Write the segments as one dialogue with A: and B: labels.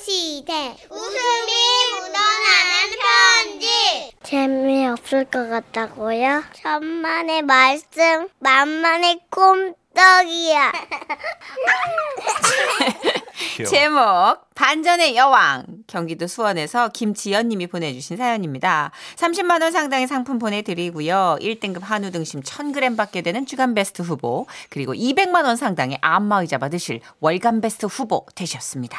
A: 시대 웃음이 묻어나는 편지 재미없을 것 같다고요? 천만의 말씀 만만의 꼼떡이야
B: 귀여워.
C: 제목 반전의 여왕 경기도 수원에서 김지연 님이 보내주신 사연입니다. 30만 원 상당의 상품 보내드리고요. 1등급 한우 등심 1000g 받게 되는 주간베스트 후보 그리고 200만 원 상당의 안마의자 받으실 월간베스트 후보 되셨습니다.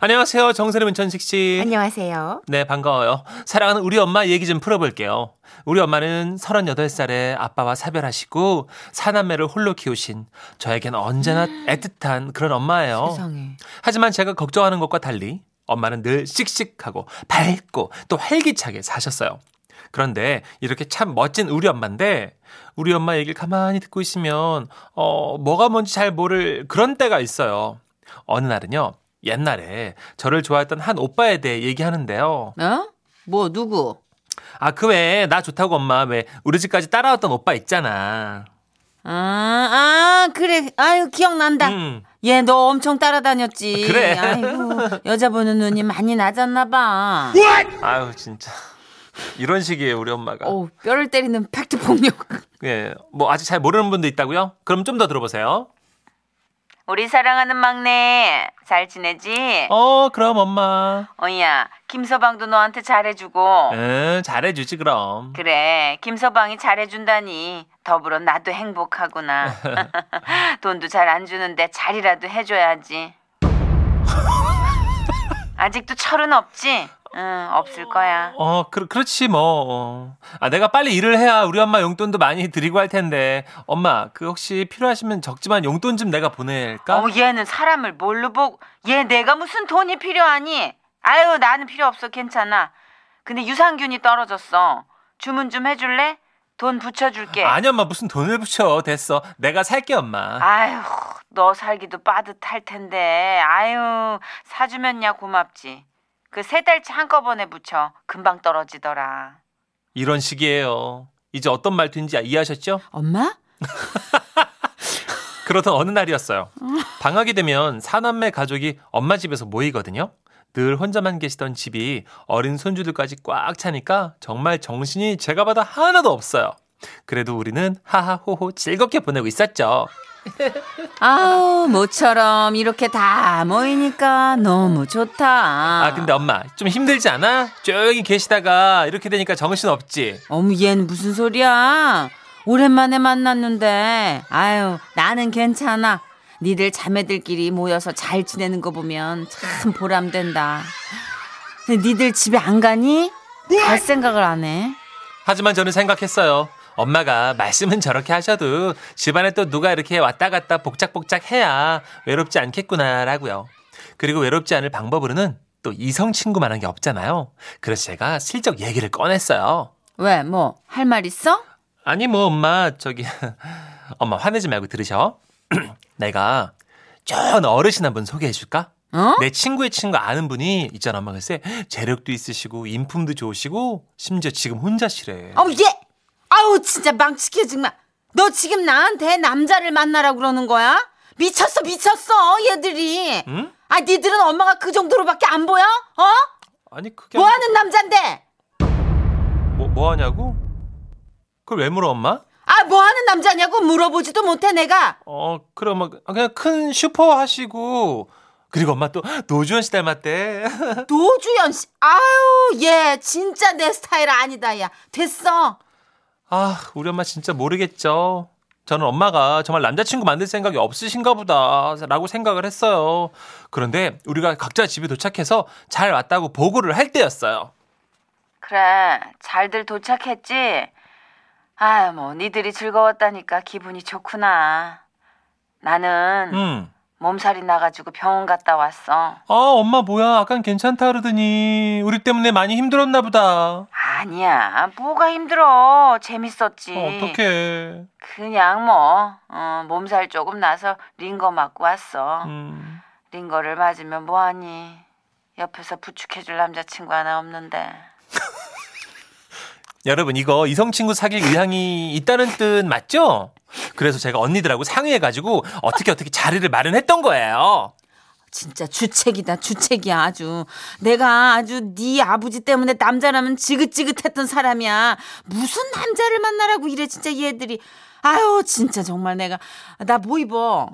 B: 안녕하세요. 정세림 문천식 씨.
C: 안녕하세요.
B: 네, 반가워요. 사랑하는 우리 엄마 얘기 좀 풀어볼게요. 우리 엄마는 38살에 아빠와 사별하시고 사남매를 홀로 키우신 저에겐 언제나 애틋한 그런 엄마예요.
C: 세상에.
B: 하지만 제가 걱정하는 것과 달리 엄마는 늘 씩씩하고 밝고 또 활기차게 사셨어요. 그런데 이렇게 참 멋진 우리 엄마인데 우리 엄마 얘기를 가만히 듣고 있으면 어 뭐가 뭔지 잘 모를 그런 때가 있어요. 어느 날은요. 옛날에 저를 좋아했던 한 오빠에 대해 얘기하는데요.
C: 어? 뭐 누구?
B: 아, 그 외에 나 좋다고 엄마 왜 우리 집까지 따라왔던 오빠 있잖아.
C: 아, 아 그래. 아유 기억난다.
B: 음. 아,
C: 얘 너 엄청 따라다녔지.
B: 그래.
C: 아이고 여자 보는 눈이 많이 낮았나 봐.
B: 아유, 진짜. 이런 식이에요, 우리 엄마가.
C: 오, 뼈를 때리는 팩트 폭력.
B: 예. 뭐 아직 잘 모르는 분도 있다고요? 그럼 좀 더 들어보세요.
C: 우리 사랑하는 막내 잘 지내지?
B: 어, 그럼 엄마.
C: 어. 야 김서방도 너한테 잘해주고
B: 응, 잘해주지, 그럼.
C: 그래 김서방이 잘해준다니 더불어 나도 행복하구나 돈도 잘 안 주는데 잘이라도 해줘야지 아직도 철은 없지? 응 없을 거야
B: 어, 그, 그렇지, 뭐. 어. 아, 내가 빨리 일을 해야 우리 엄마 용돈도 많이 드리고 할 텐데. 엄마, 그 혹시 필요하시면 적지만 용돈 좀 내가 보낼까?
C: 어 얘는 사람을 뭘로 보고 얘 내가 무슨 돈이 필요하니? 아유 나는 필요 없어 괜찮아 근데 유산균이 떨어졌어 주문 좀 해줄래? 돈 붙여줄게
B: 아니, 엄마, 무슨 돈을 붙여. 됐어. 내가 살게, 엄마.
C: 아유, 너 살기도 빠듯할 텐데. 아유, 사주면야 고맙지. 그 세 달치 한꺼번에 붙여. 금방 떨어지더라.
B: 이런 식이에요. 이제 어떤 말투인지 이해하셨죠?
C: 엄마?
B: 그러던 어느 날이었어요. 방학이 되면 사남매 가족이 엄마 집에서 모이거든요. 늘 혼자만 계시던 집이 어린 손주들까지 꽉 차니까 정말 정신이 제가 봐도 하나도 없어요. 그래도 우리는 하하호호 즐겁게 보내고 있었죠.
C: 아우, 모처럼 이렇게 다 모이니까 너무 좋다.
B: 아, 근데 엄마 좀 힘들지 않아? 조용히 계시다가 이렇게 되니까 정신 없지.
C: 어머, 얘는 무슨 소리야? 오랜만에 만났는데. 아유, 나는 괜찮아. 니들 자매들끼리 모여서 잘 지내는 거 보면 참 보람된다. 근데 니들 집에 안 가니? 갈 생각을 안 해.
B: 하지만 저는 생각했어요. 엄마가 말씀은 저렇게 하셔도 집안에 또 누가 이렇게 왔다 갔다 복작복작 해야 외롭지 않겠구나라고요. 그리고 외롭지 않을 방법으로는 또 이성 친구만한 게 없잖아요. 그래서 제가 슬쩍 얘기를 꺼냈어요.
C: 왜, 뭐, 할 말 있어?
B: 아니 뭐 엄마 저기 엄마 화내지 말고 들으셔. 내가 좋은 어르신 한 분 소개해 줄까?
C: 어?
B: 내 친구의 친구 아는 분이 있잖아 엄마 글쎄 재력도 있으시고 인품도 좋으시고 심지어 지금 혼자시래.
C: 아우, 뭐 얘! 아우, 진짜 망치게 정말. 너 지금 나한테 남자를 만나라 그러는 거야? 미쳤어, 미쳤어, 얘들이.
B: 응?
C: 아, 니들은 엄마가 그 정도로밖에 안 보여? 어?
B: 아니 그게
C: 뭐
B: 아니-
C: 하는 남잔데?
B: 뭐, 뭐 하냐고? 그걸 왜 물어, 엄마?
C: 아, 뭐 하는 남자냐고 물어보지도 못해, 내가.
B: 어, 그럼 막, 아, 그냥 큰 슈퍼 하시고. 그리고 엄마 또 노주현 씨 닮았대.
C: 노주현 씨. 아유, 얘, 진짜 내 스타일 아니다, 야. 됐어.
B: 아, 우리 엄마 진짜 모르겠죠. 저는 엄마가 정말 남자친구 만들 생각이 없으신가 보다. 라고 생각을 했어요. 그런데 우리가 각자 집에 도착해서 잘 왔다고 보고를 할 때였어요.
C: 그래, 잘들 도착했지? 아, 뭐, 니들이 즐거웠다니까 기분이 좋구나. 나는
B: 음.
C: 몸살이 나가지고 병원 갔다 왔어.
B: 아, 엄마 뭐야. 아깐 괜찮다 그러더니. 우리 때문에 많이 힘들었나 보다. 어,
C: 아니야, 뭐가 힘들어. 재밌었지.
B: 어, 어떡해.
C: 그냥 뭐, 어, 몸살 조금 나서 링거 맞고 왔어.
B: 음.
C: 링거를 맞으면 뭐하니? 옆에서 부축해줄 남자친구 하나 없는데.
B: 여러분 이거 이성 친구 사귈 의향이 있다는 뜻 맞죠? 그래서 제가 언니들하고 상의해가지고 어떻게 어떻게 자리를 마련했던 거예요.
C: 진짜 주책이다 주책이야 아주 내가 아주 네 아버지 때문에 남자라면 지긋지긋했던 사람이야 무슨 남자를 만나라고 이래 진짜 얘들이 아유 진짜 정말 내가 나 뭐 입어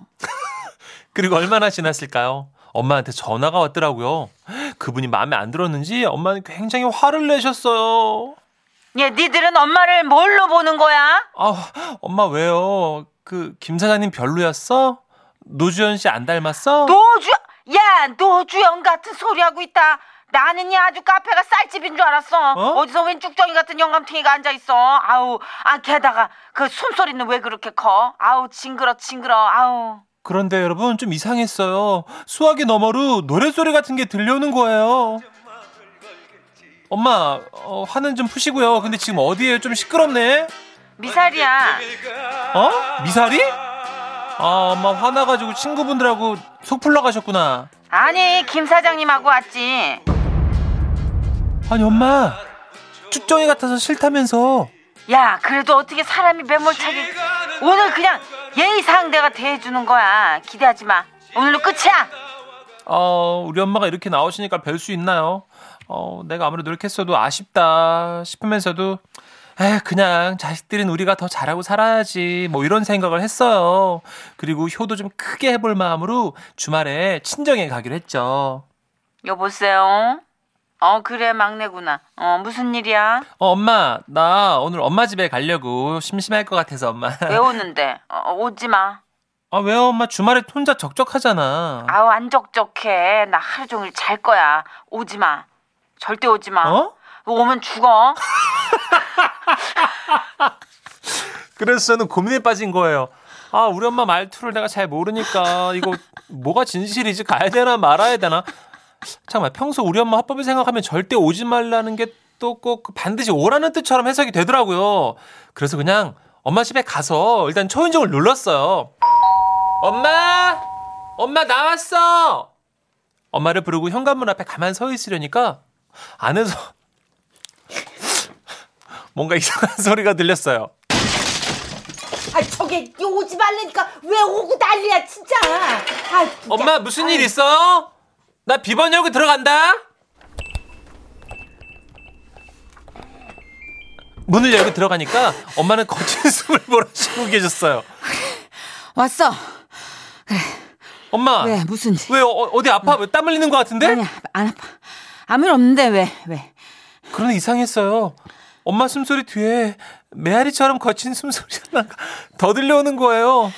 B: 그리고 얼마나 지났을까요? 엄마한테 전화가 왔더라고요. 그분이 마음에 안 들었는지 엄마는 굉장히 화를 내셨어요.
C: 얘 예, 니들은 엄마를 뭘로 보는 거야
B: 아, 엄마 왜요? 그 김 사장님 별로였어? 노주현 씨 안 닮았어?
C: 노주 야 노주영 같은 소리 하고 있다. 나는 야 아주 카페가 쌀집인 줄 알았어.
B: 어?
C: 어? 디서웬 쭉정이 같은 영감탱이가 앉아 있어. 아우 아 게다가 그 숨소리는 왜 그렇게 커? 아우 징그러 징그러 아우.
B: 그런데 여러분 좀 이상했어요. 수화기 너머로 노래소리 같은 게 들려오는 거예요. 엄마, 어, 화는 좀 푸시고요. 근데 지금 어디에요? 좀 시끄럽네.
C: 미사리야.
B: 어? 미사리? 아, 엄마 화나가지고 친구분들하고 속 풀러가셨구나.
C: 아니 김 사장님하고 왔지.
B: 아니 엄마, 쭉정이 같아서 싫다면서.
C: 야 그래도 어떻게 사람이 매몰차게 오늘 그냥 예의상 내가 대해주는 거야. 기대하지 마. 오늘로 끝이야.
B: 어, 우리 엄마가 이렇게 나오시니까 별 수 있나요? 어, 내가 아무리 노력했어도 아쉽다 싶으면서도 에 그냥 자식들은 우리가 더 잘하고 살아야지 뭐 이런 생각을 했어요. 그리고 효도 좀 크게 해볼 마음으로 주말에 친정에 가기로 했죠.
C: 여보세요. 어 그래 막내구나. 어 무슨 일이야?
B: 어, 엄마 나 오늘 엄마 집에 가려고 심심할 것 같아서 엄마.
C: 왜 오는데? 어, 오지 마.
B: 아 왜요 엄마 주말에 혼자 적적하잖아.
C: 아우 안 적적해. 나 하루 종일 잘 거야. 오지 마. 절대 오지 마.
B: 어?
C: 오면 죽어.
B: 그래서 저는 고민에 빠진 거예요. 아, 우리 엄마 말투를 내가 잘 모르니까 이거 뭐가 진실이지 가야 되나 말아야 되나? 잠깐만 평소 우리 엄마 화법을 생각하면 절대 오지 말라는 게 또 꼭 반드시 오라는 뜻처럼 해석이 되더라고요. 그래서 그냥 엄마 집에 가서 일단 초인종을 눌렀어요. 엄마, 엄마 나왔어. 엄마를 부르고 현관문 앞에 가만 서 있으려니까 안에서 뭔가 이상한 소리가 들렸어요.
D: 아 저게 이 오지 말라니까 왜 오고 난리야 진짜. 아, 진짜.
B: 엄마 무슨 일 있어? 나 비번 열고 들어간다. 문을 열고 들어가니까 엄마는 거친 숨을 몰아쉬고 계셨어요.
C: 왔어.
B: 엄마
C: 왜 무슨 일?
B: 아. 왜 어, 디 아파? 왜 땀 흘리는 것 같은데?
C: 네. 아니야 안 아파. 아무 일 없는데 왜 왜?
B: 그런데 이상했어요. 엄마 숨소리 뒤에 메아리처럼 거친 숨소리 하나가 더 들려오는 거예요.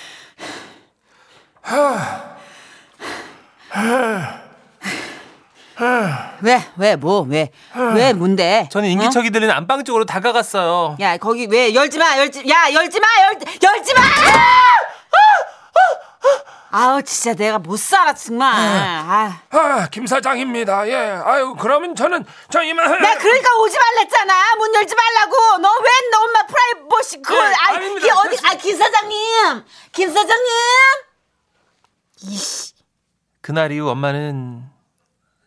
C: 왜 왜 뭐 왜? 왜 뭔데?
B: 저는 인기척이 들리는 안방 쪽으로 다가갔어요.
C: 야 거기 왜 열지 마 열지 야 열지 마 열, 열지 마 아우 진짜 내가 못 살아 정말 아.
E: 아, 김 사장입니다. 예. 아유, 그러면 저는 저 이만
C: 나 그러니까 오지 말랬잖아 문 열지 말라고 너 왜 너 엄마 프라이버시 그걸
E: 네,
C: 아
E: 아닙니다.
C: 이게 어디
E: 됐습니다.
C: 아김 사장님 김 사장님
B: 그날 이후 엄마는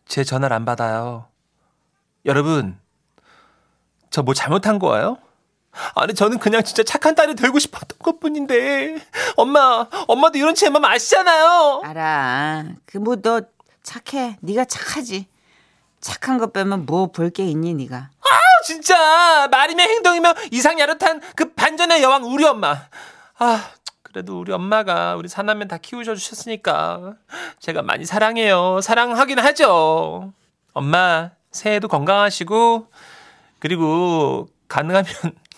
B: 제 전화를 안 받아요. 여러분, 저 뭐 잘못한 거예요? 아니, 저는 그냥 진짜 착한 딸이 되고 싶었던 것 뿐인데. 엄마, 엄마도 이런 제 마음 아시잖아요.
C: 알아 그 뭐 너 착해 네가 착하지 착한 것 빼면 뭐 볼 게 있니 네가
B: 아, 진짜. 말이며 행동이며 이상 야릇한 그 반전의 여왕 우리 엄마. 아, 그래도 우리 엄마가 우리 사남매 다 키우셔 주셨으니까 제가 많이 사랑해요. 사랑하긴 하죠. 엄마, 새해도 건강하시고 그리고 가능하면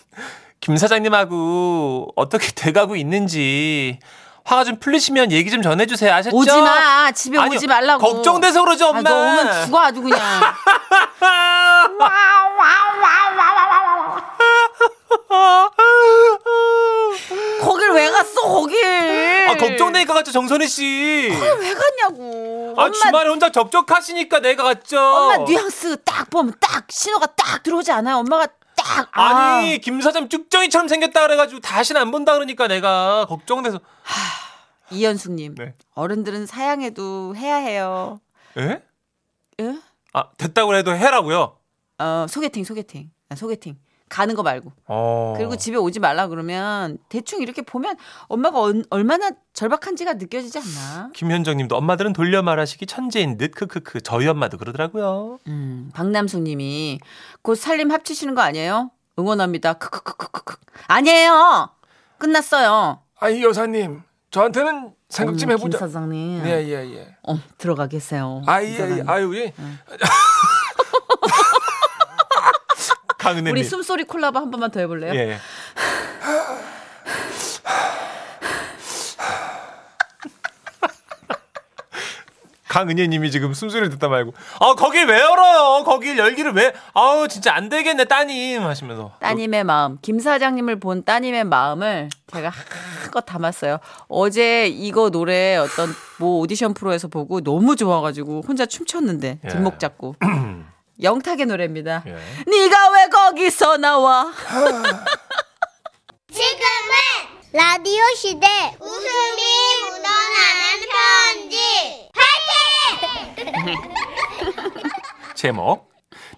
B: 김 사장님하고 어떻게 돼가고 있는지 화가 좀 풀리시면 얘기 좀 전해주세요. 아셨죠?
C: 오지 마 집에
B: 아니요,
C: 오지 말라고
B: 걱정돼서 그러죠, 엄마.
C: 아, 너 오면 죽어 아주 그냥
B: 아,
C: 거길 왜 갔어 거길
B: 아
C: 네.
B: 걱정되니까 갔죠 정선희 씨.
C: 왜 갔냐고
B: 아
C: 아, 엄마
B: 주말에 혼자 적적하시니까 내가 갔죠.
C: 엄마 뉘앙스 딱 보면 딱 신호가 딱 들어오지 않아요 엄마가 딱 아.
B: 아니 김 사장 쭉정이처럼 생겼다 그래가지고 다시는 안 본다 그러니까 내가 걱정돼서.
C: 이현숙님
B: 네.
C: 어른들은 사양해도 해야 해요
B: 에?
C: 예?
B: 아 됐다고 해도 해라고요.
C: 어 소개팅 소개팅 아, 소개팅 가는 거 말고.
B: 어.
C: 그리고 집에 오지 말라 그러면 대충 이렇게 보면 엄마가 언- 얼마나 절박한지가 느껴지지 않나?
B: 김현정님도 엄마들은 돌려 말하시기 천재인 듯 크크크 저희 엄마도 그러더라고요.
C: 음, 박남숙 님이 곧 살림 합치시는 거 아니에요? 응원합니다. 크크크크크크. 아니에요. 끝났어요.
E: 아이 여사님 저한테는 생각 좀
C: 음,
E: 해보자.
C: 김 사장님.
E: 예 예예.
C: 어, 들어가 계세요.
E: 아이
C: 김
E: 예,
C: 사장님.
E: 아유 예. 네,
B: 강은혜님.
C: 우리 숨소리 콜라보 한 번만 더 해볼래요?
B: 예, 예. 강은혜님이 지금 숨소리를 듣다 말고 아 거기 왜 열어요? 거기 열기를 왜? 아우 진짜 안 되겠네 따님 하시면서
C: 따님의 마음, 김 사장님을 본 따님의 마음을 제가 한껏 담았어요. 어제 이거 노래 어떤 뭐 오디션 프로에서 보고 너무 좋아가지고 혼자 춤췄는데
B: 예.
C: 뒷목 잡고 영탁의 노래입니다.
B: 예.
C: 네가 왜 거기서 나와?
A: 지금은 라디오 시대 웃음이 묻어나는 편지
B: 제목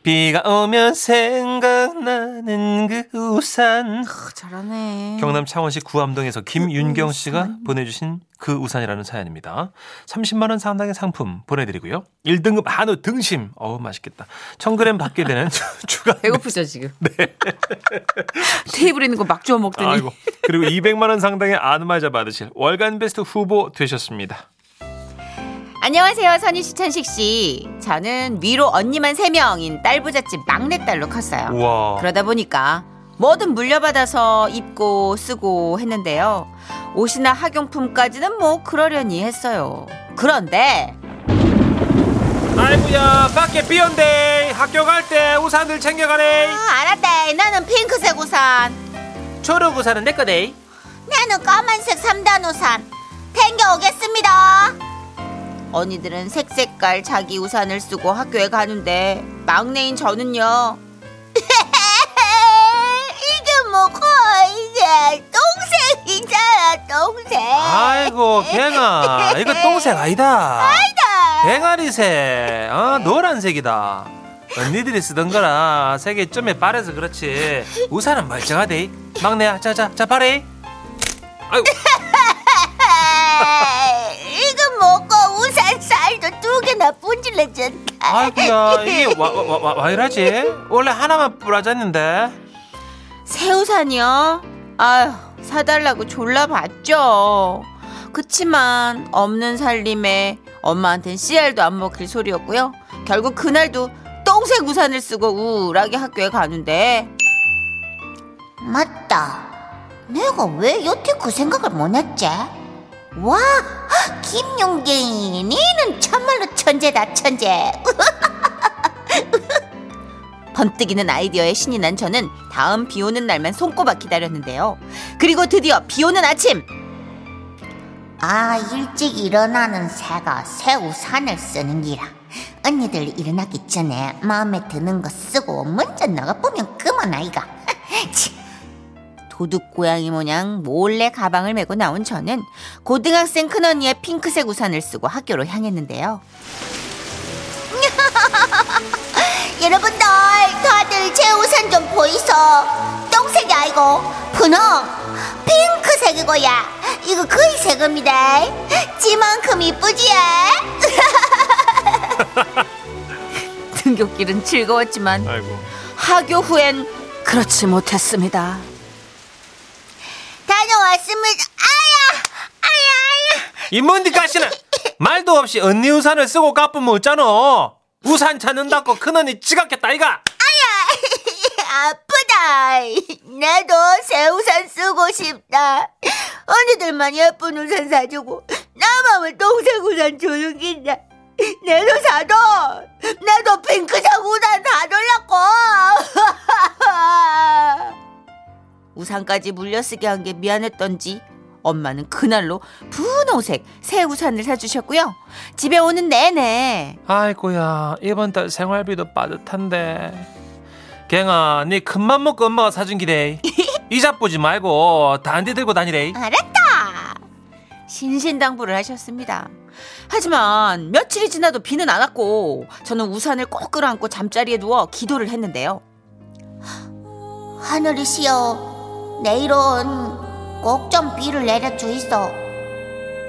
B: 비가 오면 생각나는 그 우산
C: 아, 잘하네.
B: 경남 창원시 구암동에서 김윤경 씨가 보내주신 그 우산이라는 사연입니다. 30만 원 상당의 상품 보내드리고요. 1등급 한우 등심, 어우 맛있겠다. 1,000g 받게 되는 추가.
C: 배고프죠 지금?
E: 네.
C: 테이블에 있는 거 막 주워 먹더니.
B: 아이고. 그리고 200만 원 상당의 안마자 받으실 월간 베스트 후보 되셨습니다.
C: 안녕하세요, 선희 씨, 천식 씨. 저는 위로 언니만 세명인 딸부잣집 막내딸로 컸어요.
B: 우와.
C: 그러다 보니까 뭐든 물려받아서 입고 쓰고 했는데요. 옷이나 학용품까지는 뭐 그러려니 했어요. 그런데
B: 아이고야, 밖에 비온대. 학교 갈 때 우산들 챙겨가래.
C: 아, 알았대. 나는 핑크색 우산.
B: 초록 우산은 내 거대.
C: 나는 까만색 3단 우산. 댕겨 오겠습니다. 언니들은 색 색깔 자기 우산을 쓰고 학교에 가는데 막내인 저는요.
A: 이게 뭐고 이게 동생이잖아 동생
B: 아이고, 갱아. 이거 똥색 아니다. 대가리색, 어, 노란색이다. 언니들이 쓰던 거라 색이 좀에 빠래서 그렇지. 우산은 멀쩡하대. 막내야, 자, 자, 자, 빠래. 아이고,
A: 이거 먹고 우산 쌀도 두 개나 분질러졌다
B: 아이고야, 이게 와, 와, 와, 와 이러지? 원래 하나만 뿌라졌는데.
C: 새우산이요? 아휴, 사달라고 졸라 봤죠. 그치만, 없는 살림에 엄마한텐 씨알도 안 먹힐 소리였고요. 결국 그날도 똥색 우산을 쓰고 우울하게 학교에 가는데,
F: 맞다. 내가 왜 여태 그 생각을 못했지? 와, 김용갱이, 니는 참말로 천재다, 천재.
C: 번뜩이는 아이디어에 신이 난 저는 다음 비 오는 날만 손꼽아 기다렸는데요. 그리고 드디어 비 오는 아침!
F: 아, 일찍 일어나는 새가 새우산을 쓰는 기라. 언니들 일어나기 전에 마음에 드는 거 쓰고 먼저 나가보면 그만 아이가. 치,
C: 도둑 고양이 모양 몰래 가방을 메고 나온 저는 고등학생 큰언니의 핑크색 우산을 쓰고 학교로 향했는데요.
F: 여러분들, 다들 제 우산 좀 보이소. 똥색이 아니고, 분홍, 핑크색이고야. 이거 거의 새 겁니다. 찌만큼 이쁘지예?
C: 등굣길은 즐거웠지만
B: 아이고.
C: 하교 후엔 그렇지 못했습니다.
F: 다녀왔습니다. 아야! 아야, 아야!
B: 이 먼디 가시는 말도 없이 언니 우산을 쓰고 까쁘면 어쩌노? 우산 찾는다고 큰언니 지각했다, 이가!
F: 아프다. 나도 새 우산 쓰고 싶다. 언니들만 예쁜 우산 사주고, 나만 왜 동생 우산 주는 긴다. 내도 사도! 나도 핑크색 우산 사달라고!
C: 우산까지 물려쓰게 한 게 미안했던지 엄마는 그날로 분홍색 새 우산을 사주셨고요. 집에 오는 내내
B: 아이고야 이번 달 생활비도 빠듯한데 갱아 네 큰맘 먹고 엄마가 사준 기래 이자 보지 말고 단디 들고 다니래
C: 신신당부를 하셨습니다. 하지만 며칠이 지나도 비는 안 왔고 저는 우산을 꼭 끌어안고 잠자리에 누워 기도를 했는데요.
A: 하늘이시여, 내일은 꼭 좀 비를 내려주이소.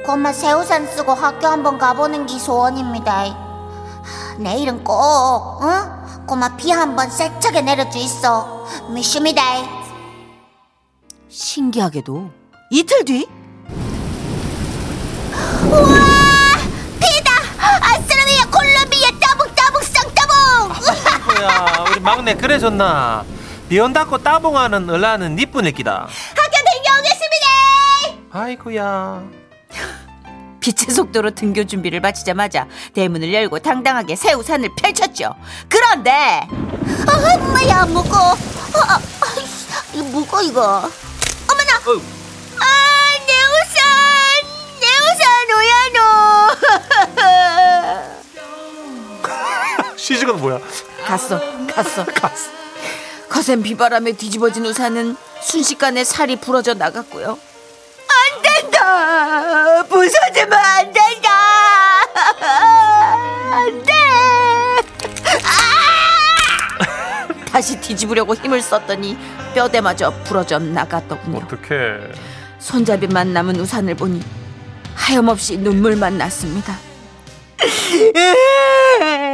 A: 엄마 새우산 쓰고 학교 한번 가보는 게 소원입니다. 내일은 꼭, 응? 고마 비 한번 세차게 내려주이소. 미슈미다.
C: 신기하게도 이틀 뒤
A: 비다! 아스르미야, 콜롬비야, 따봉, 따봉, 쌍따봉!
B: 뭐야 우리 막내 그래 줬나 비온다고 따봉하는 을라는 니뿐일 기다
A: 학교 다녀오겠습니다!
B: 아이고야
C: 빛의 속도로 등교 준비를 마치자마자 대문을 열고 당당하게 새우산을 펼쳤죠. 그런데
A: 아, 엄마야, 무거워. 아, 아, 아이씨, 이거 무거워, 이거. 어머나!
B: 어우.
A: 아, 내 우산! 내 우산, 오야노!
B: 시즈가 뭐야
C: 갔어, 갔어, 갔어. 거센 비바람에 뒤집어진 우산은 순식간에 살이 부러져 나갔고요.
F: 안 된다. 부서지면 안 된다. 안 돼.
C: 아! 다시 뒤집으려고 힘을 썼더니 뼈대마저 부러져 나갔더군요.
B: 어떡해
C: 손잡이만 남은 우산을 보니 하염없이 눈물만 났습니다.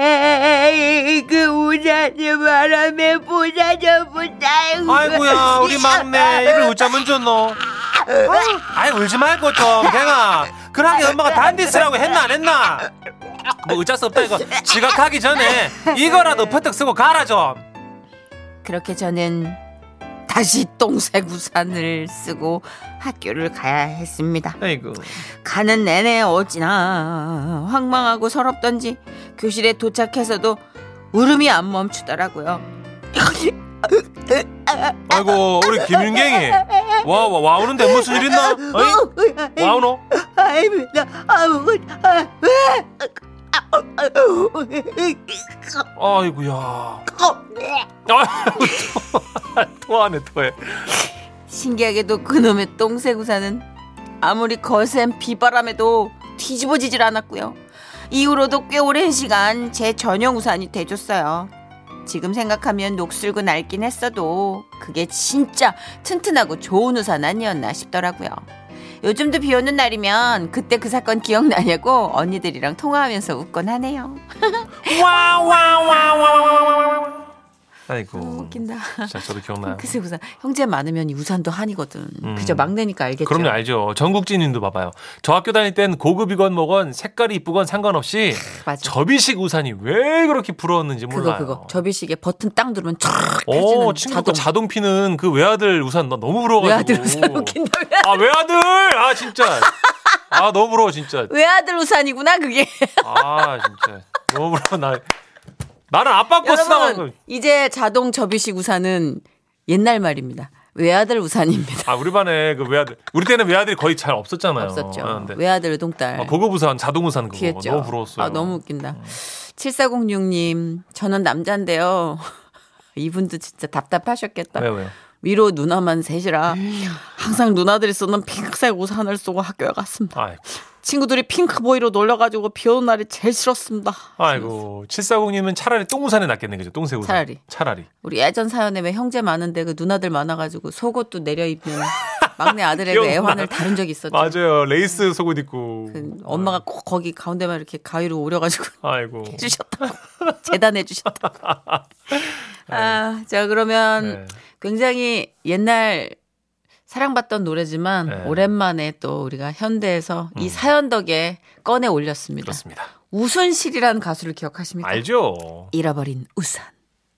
F: 에이, 그 우산이 바람에 부서져본다.
B: 아이고야 우리 막내 입을 웃자면 좋노 아, 아이 울지 말고 좀 갱아 그러게 엄마가 단디스라고 했나 안 했나 뭐 어쩔 수 없다 이거 지각하기 전에 이거라도 퍼뜩 쓰고 가라 좀
C: 그렇게 저는 다시 똥색 우산을 쓰고 학교를 가야 했습니다.
B: 아이고
C: 가는 내내 어찌나 황망하고 서럽던지 교실에 도착해서도 울음이 안 멈추더라고요.
B: 아이고 우리 김윤경이 와와 와우는데 무슨 일 있나 어이? 와우노
F: 아닙니다.
C: 어,
F: 아무것도. 아, 왜? 아, 아, 아,
C: 어.
F: 아.
B: 아이고야 아이고 토- 토하네 토해
C: 신기하게도 그놈의 똥새구사는 아무리 거센 비바람에도 뒤집어지질 않았고요. 이후로도 꽤 오랜 시간 제 전용 우산이 돼줬어요. 지금 생각하면 녹슬고 낡긴 했어도 그게 진짜 튼튼하고 좋은 우산 아니었나 싶더라고요. 요즘도 비 오는 날이면 그때 그 사건 기억나냐고 언니들이랑 통화하면서 웃곤 하네요.
B: 와와와와와와
C: 너무
B: 아이고
C: 웃긴다.
B: 진짜 저도 기억나요
C: 글쎄 우산 형제 많으면 이 우산도 한이거든.
B: 음.
C: 그저 막내니까 알겠죠.
B: 그럼요 알죠 전국진님도 봐봐요 저 학교 다닐 땐 고급이건 뭐건 색깔이 이쁘건 상관없이
C: 맞아.
B: 접이식 우산이 왜 그렇게 부러웠는지
C: 그거
B: 몰라요
C: 그거 접이식에 버튼 땅 누르면 촥
B: 오
C: 펴지는
B: 친구
C: 자동
B: 자동 피는 그 외아들 우산 나 너무 부러워가지고
C: 외아들 우산 웃긴다 외아-
B: 아 외아들 아 진짜 아 너무 부러워 진짜
C: 외아들 우산이구나 그게
B: 아 진짜 너무 부러워 나 나는 아빠 거 쓰다가
C: 여러분 이제 자동 접이식 우산은 옛날 말입니다 외아들 우산입니다
B: 아 우리 반에 그 외아들 우리 때는 외아들이 거의 잘 없었잖아요
C: 없었죠
B: 아, 근데
C: 외아들 외동딸
B: 아, 고급 우산 자동 우산 그거
C: 귀했죠
B: 너무 부러웠어요 음.
C: 아 너무 웃긴다 7406님 저는 남잔데요 이분도 진짜 답답하셨겠다
B: 왜 왜요
C: 위로 누나만 셋이라
B: 음.
C: 항상 누나들이 쓰는 핑크색 우산을 쓰고 학교에 갔습니다
B: 아이고
C: 친구들이 핑크보이로 놀려가지고 비 오는 날이 제일 싫었습니다.
B: 아이고 7406님은 차라리 똥우산에 낫겠네 그죠 똥새 우산
C: 차라리.
B: 차라리
C: 우리 예전 사연에 왜 형제 많은데 그 누나들 많아가지고 속옷도 내려입는 막내 아들의 그
B: 기억나.
C: 애환을 다룬 적이 있었죠.
B: 맞아요 레이스 속옷 입고
C: 그렇죠. 그 엄마가 꼭 거기 가운데만 이렇게 가위로 오려가지고
B: 아이고
C: 해주셨다고 재단해주셨다고. 아, 자 그러면
B: 네.
C: 굉장히 옛날 사랑받던 노래지만
B: 네.
C: 오랜만에 또 우리가 현대에서 이
B: 음.
C: 사연 덕에 꺼내 올렸습니다.
B: 그렇습니다
C: 우순실이라는 가수를 기억하십니까?
B: 알죠
C: 잃어버린 우산.